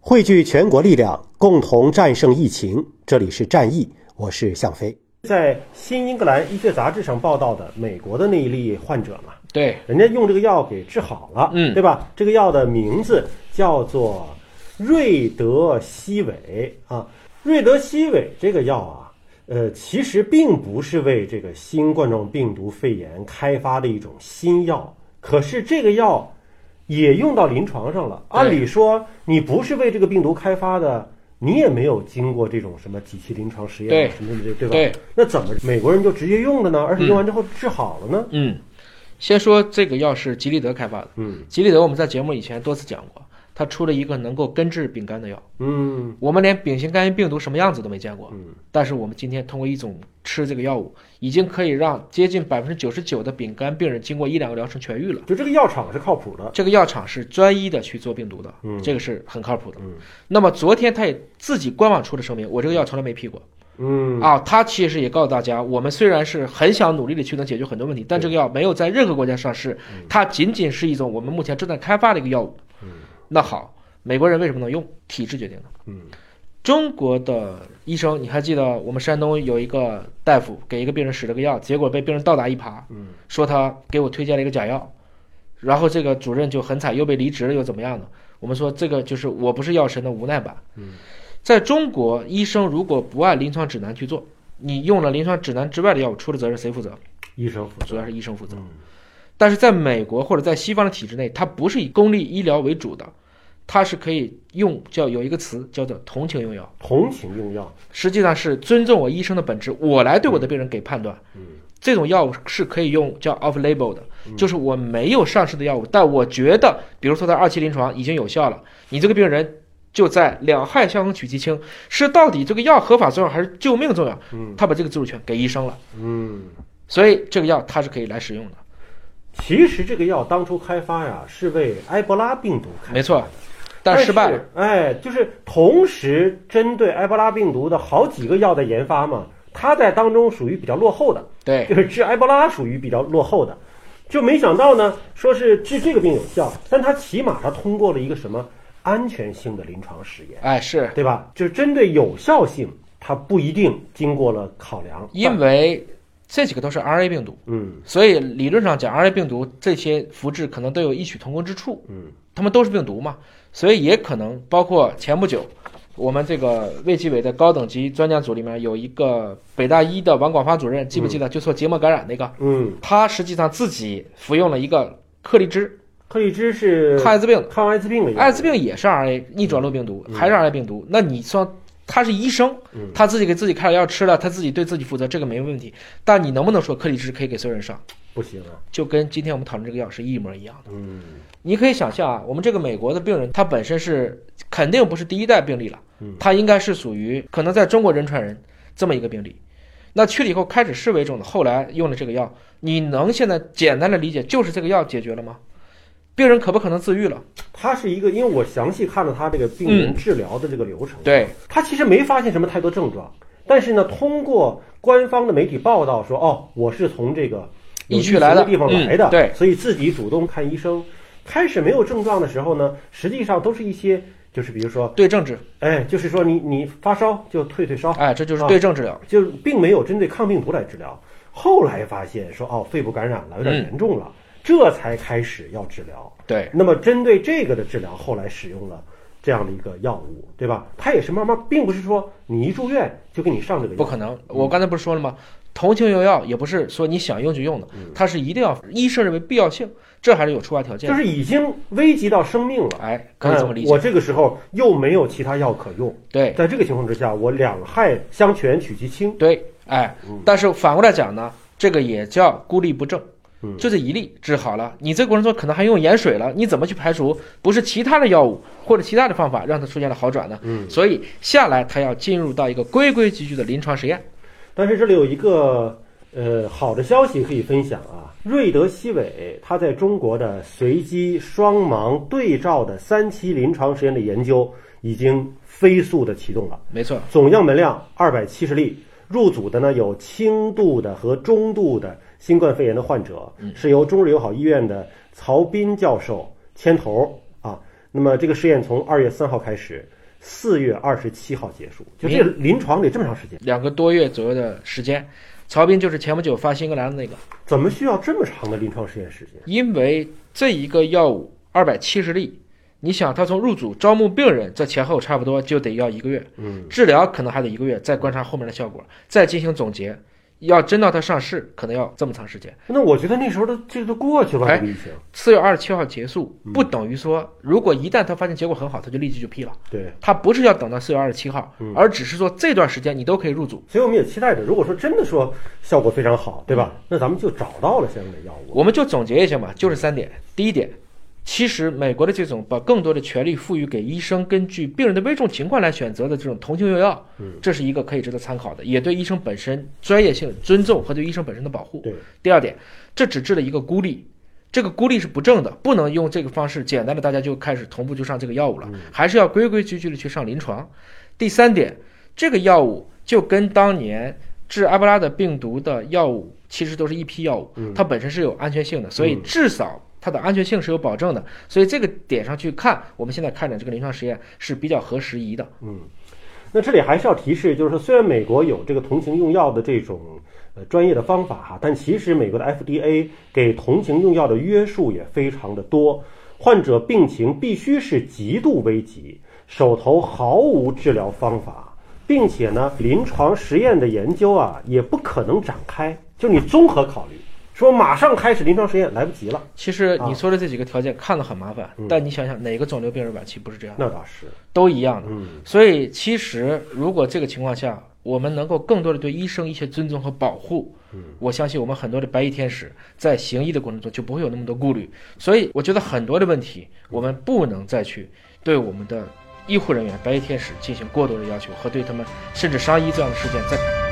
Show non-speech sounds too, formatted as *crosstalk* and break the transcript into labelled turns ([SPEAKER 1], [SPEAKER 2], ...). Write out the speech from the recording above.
[SPEAKER 1] 汇聚全国力量，共同战胜疫情。这里是战役，我是向飞。在《新英格兰医学杂志》上报道的美国的那一例患者嘛，
[SPEAKER 2] 对，
[SPEAKER 1] 人家用这个药给治好了，
[SPEAKER 2] 嗯
[SPEAKER 1] 对吧？这个药的名字叫做瑞德西韦啊。瑞德西韦这个药啊，呃，其实并不是为这个新冠状病毒肺炎开发的一种新药，可是这个药也用到临床上了。按理说，你不是为这个病毒开发的。你也没有经过这种什么几期临床实验
[SPEAKER 2] 对
[SPEAKER 1] 啊什么什么的，对吧？
[SPEAKER 2] 对
[SPEAKER 1] 那怎么美国人就直接用的呢？而且用完之后治好了呢？
[SPEAKER 2] 嗯，先说这个药是吉利德开发的，
[SPEAKER 1] 嗯
[SPEAKER 2] 吉利德我们在节目以前多次讲过，它出了一个能够根治丙肝的药，
[SPEAKER 1] 嗯
[SPEAKER 2] 我们连丙型肝炎病毒什么样子都没见过，
[SPEAKER 1] 嗯
[SPEAKER 2] 但是我们今天通过一种吃这个药物，已经可以让接近百分之九十九的丙肝病人经过一两个疗程痊愈了。
[SPEAKER 1] 就这个药厂是靠谱的。
[SPEAKER 2] 这个药厂是专一的去做病毒的，
[SPEAKER 1] 嗯
[SPEAKER 2] 这个是很靠谱的。
[SPEAKER 1] 嗯
[SPEAKER 2] 那么昨天他也自己官网出了声明，我这个药从来没批过、
[SPEAKER 1] 嗯
[SPEAKER 2] 啊。他其实也告诉大家，我们虽然是很想努力的去能解决很多问题，但这个药没有在任何国家上市，
[SPEAKER 1] 嗯
[SPEAKER 2] 它仅仅是一种我们目前正在开发的一个药物。那好，美国人为什么能用？体制决定的。
[SPEAKER 1] 嗯
[SPEAKER 2] 中国的医生，你还记得我们山东有一个大夫给一个病人使了个药，结果被病人倒打一耙，
[SPEAKER 1] 嗯
[SPEAKER 2] 说他给我推荐了一个假药，然后这个主任就很惨，又被离职了，又怎么样呢？我们说这个就是我不是药神的无奈版。
[SPEAKER 1] 嗯，
[SPEAKER 2] 在中国，医生如果不按临床指南去做，你用了临床指南之外的药物，出了责任谁负责？
[SPEAKER 1] 医生负责。
[SPEAKER 2] 主要是医生负责。
[SPEAKER 1] 嗯
[SPEAKER 2] 但是在美国或者在西方的体制内，它不是以公立医疗为主的，它是可以用叫有一个词叫做同情用药，
[SPEAKER 1] 同情用药。
[SPEAKER 2] 实际上是尊重我医生的本质，我来对我的病人给判断。
[SPEAKER 1] 嗯
[SPEAKER 2] 这种药物是可以用叫 off label 的，就是我没有上市的药物，但我觉得，比如说在二期临床已经有效了，你这个病人就在两害相衡取其轻，是到底这个药合法重要还是救命重要？
[SPEAKER 1] 嗯
[SPEAKER 2] 他把这个自主权给医生了，
[SPEAKER 1] 嗯，
[SPEAKER 2] 所以这个药它是可以来使用的。
[SPEAKER 1] 其实这个药当初开发呀，是为埃博拉病毒开发。
[SPEAKER 2] 没错，
[SPEAKER 1] 但
[SPEAKER 2] 但失败了。。
[SPEAKER 1] 哎，就是同时针对埃博拉病毒的好几个药的研发嘛，它在当中属于比较落后的， *laughs*
[SPEAKER 2] 对
[SPEAKER 1] 就是治埃博拉属于比较落后的。就没想到呢，说是治这个病有效，但它起码它通过了一个什么安全性的临床实验，
[SPEAKER 2] 哎，是
[SPEAKER 1] 对吧？就是针对有效性，它不一定经过了考量。啊
[SPEAKER 2] 因为这几个都是 RNA 病毒，
[SPEAKER 1] 嗯
[SPEAKER 2] 所以理论上讲，RNA 病毒这些复制可能都有异曲同工之处。
[SPEAKER 1] 嗯
[SPEAKER 2] 他们都是病毒嘛，所以也可能包括前不久，我们这个卫计委的高等级专家组里面有一个北大一的王广发主任，记不记得？就做结膜感染那个，
[SPEAKER 1] 嗯，
[SPEAKER 2] 他实际上自己服用了一个克利芝，
[SPEAKER 1] 克里芝是
[SPEAKER 2] 抗艾滋病，
[SPEAKER 1] 抗艾滋病的药，
[SPEAKER 2] 艾滋病也是 RNA 逆转录病毒，还是 RNA 病毒？那你说他是医生
[SPEAKER 1] 嗯，
[SPEAKER 2] 他自己给自己开了药吃了，他自己对自己负责，这个没问题。但你能不能说克利芝可以给所有人上？
[SPEAKER 1] 不行啊。
[SPEAKER 2] 就跟今天我们讨论这个药是一模一样的。
[SPEAKER 1] 嗯
[SPEAKER 2] 你可以想象啊，我们这个美国的病人，他本身是肯定不是第一代病例了
[SPEAKER 1] 嗯，
[SPEAKER 2] 他应该是属于可能在中国人传人这么一个病例。那去了以后开始视为一种的，后来用了这个药，你能现在简单的理解就是这个药解决了吗？病人可不可能自愈了？
[SPEAKER 1] 它是一个，因为我详细看了它这个病人治疗的这个流程，
[SPEAKER 2] 嗯对，
[SPEAKER 1] 它其实没发现什么太多症状，但是呢，通过官方的媒体报道说，哦，我是从这个有
[SPEAKER 2] 疫区来的
[SPEAKER 1] 疫情地方来的，
[SPEAKER 2] 嗯对
[SPEAKER 1] 所以自己主动看医生。开始没有症状的时候呢，实际上都是一些，就是比如说，
[SPEAKER 2] 对症治，
[SPEAKER 1] 哎，就是说你你发烧就退退烧，
[SPEAKER 2] 哎，这就是
[SPEAKER 1] 啊
[SPEAKER 2] 对症治疗。
[SPEAKER 1] 就是并没有针对抗病毒来治疗。后来发现说，哦，肺部感染了，有点
[SPEAKER 2] 嗯
[SPEAKER 1] 严重了，这才开始要治疗。
[SPEAKER 2] 对，
[SPEAKER 1] 那么针对这个的治疗，后来使用了这样的一个药物，对吧？它也是慢慢，并不是说你一住院就给你上这个
[SPEAKER 2] 不
[SPEAKER 1] 药。
[SPEAKER 2] 可能。我刚才不是说了吗？同情用药也不是说你想用就用的，
[SPEAKER 1] 嗯
[SPEAKER 2] 它是一定要医生认为必要性，这还是有除外条件
[SPEAKER 1] 就
[SPEAKER 2] 的。
[SPEAKER 1] 是已经危及到生命了，
[SPEAKER 2] 哎，可以这么理
[SPEAKER 1] 嗯我
[SPEAKER 2] 解。
[SPEAKER 1] 这个时候又没有其他药可用，
[SPEAKER 2] 对，
[SPEAKER 1] 在这个情况之下，我两害相权取其轻。
[SPEAKER 2] 对，哎，但是反过来讲呢，这个也叫孤立不正
[SPEAKER 1] 嗯。
[SPEAKER 2] 就这一例治好了，你这个过程中可能还用盐水了，你怎么去排除？不是其他的药物或者其他的方法让它出现了好转呢？
[SPEAKER 1] 嗯
[SPEAKER 2] 所以下来它要进入到一个规规矩矩的临床实验。
[SPEAKER 1] 但是这里有一个呃好的消息可以分享啊，瑞德西韦它在中国的随机双盲对照的三期临床实验的研究已经飞速的启动了。
[SPEAKER 2] 没错，
[SPEAKER 1] 总样本量二百七十例，入组的呢有轻度的和中度的新冠肺炎的患者，是由中日友好医院的曹斌教授牵头啊。那么这个试验从二月三号开始，四月二十七号结束，就这个临床得这么长时间，
[SPEAKER 2] 两个多月左右的时间。曹斌就是前不久发新英格兰的那个，
[SPEAKER 1] 怎么需要这么长的临床实验时间？
[SPEAKER 2] 因为这一个药物二百七十例，你想他从入组招募病人，这前后差不多就得要一个月，
[SPEAKER 1] 嗯，
[SPEAKER 2] 治疗可能还得一个月，再观察后面的效果，再进行总结。要真到它上市，可能要这么长时间。
[SPEAKER 1] 那我觉得那时候都这都过去了，
[SPEAKER 2] 哎
[SPEAKER 1] 这个疫情，
[SPEAKER 2] 四月二十七号结束，不等于说，如果一旦他发现结果很好，他就立即就批了。
[SPEAKER 1] 对。
[SPEAKER 2] 他不是要等到四月二十七号
[SPEAKER 1] 嗯，
[SPEAKER 2] 而只是说这段时间你都可以入组。
[SPEAKER 1] 所以我们也期待着，如果说真的说效果非常好，对吧？那咱们就找到了相应的药物。
[SPEAKER 2] 我们就总结一下嘛，就是三点。第一点，其实美国的这种把更多的权利赋予给医生，根据病人的危重情况来选择的这种同性用药
[SPEAKER 1] 嗯，
[SPEAKER 2] 这是一个可以值得参考的，也对医生本身专业性尊重和对医生本身的保护。
[SPEAKER 1] 对，
[SPEAKER 2] 第二点，这只治了一个孤立，这个孤立是不正的，不能用这个方式简单的大家就开始同步就上这个药物了，
[SPEAKER 1] 嗯
[SPEAKER 2] 还是要规规矩矩的去上临床。第三点，这个药物就跟当年治埃博拉的病毒的药物其实都是一批药物，它本身是有安全性的，所以至少。它的安全性是有保证的，所以这个点上去看，我们现在看的这个临床实验是比较合时宜的。
[SPEAKER 1] 那这里还是要提示，就是说虽然美国有这个同情用药的这种呃专业的方法哈，但其实美国的 FDA 给同情用药的约束也非常的多，患者病情必须是极度危急，手头毫无治疗方法，并且呢，临床实验的研究啊也不可能展开，就你综合考虑，说马上开始临床实验来不及了，
[SPEAKER 2] 其实你说的这几个条件看得很麻烦，但你想想哪个肿瘤病人晚期不是这样的？
[SPEAKER 1] 那倒是，
[SPEAKER 2] 都一样的。
[SPEAKER 1] 嗯
[SPEAKER 2] 所以其实如果这个情况下，我们能够更多的对医生一些尊重和保护，我相信我们很多的白衣天使在行医的过程中就不会有那么多顾虑。所以我觉得很多的问题，我们不能再去对我们的医护人员、白衣天使进行过多的要求和对他们甚至伤医这样的事件再。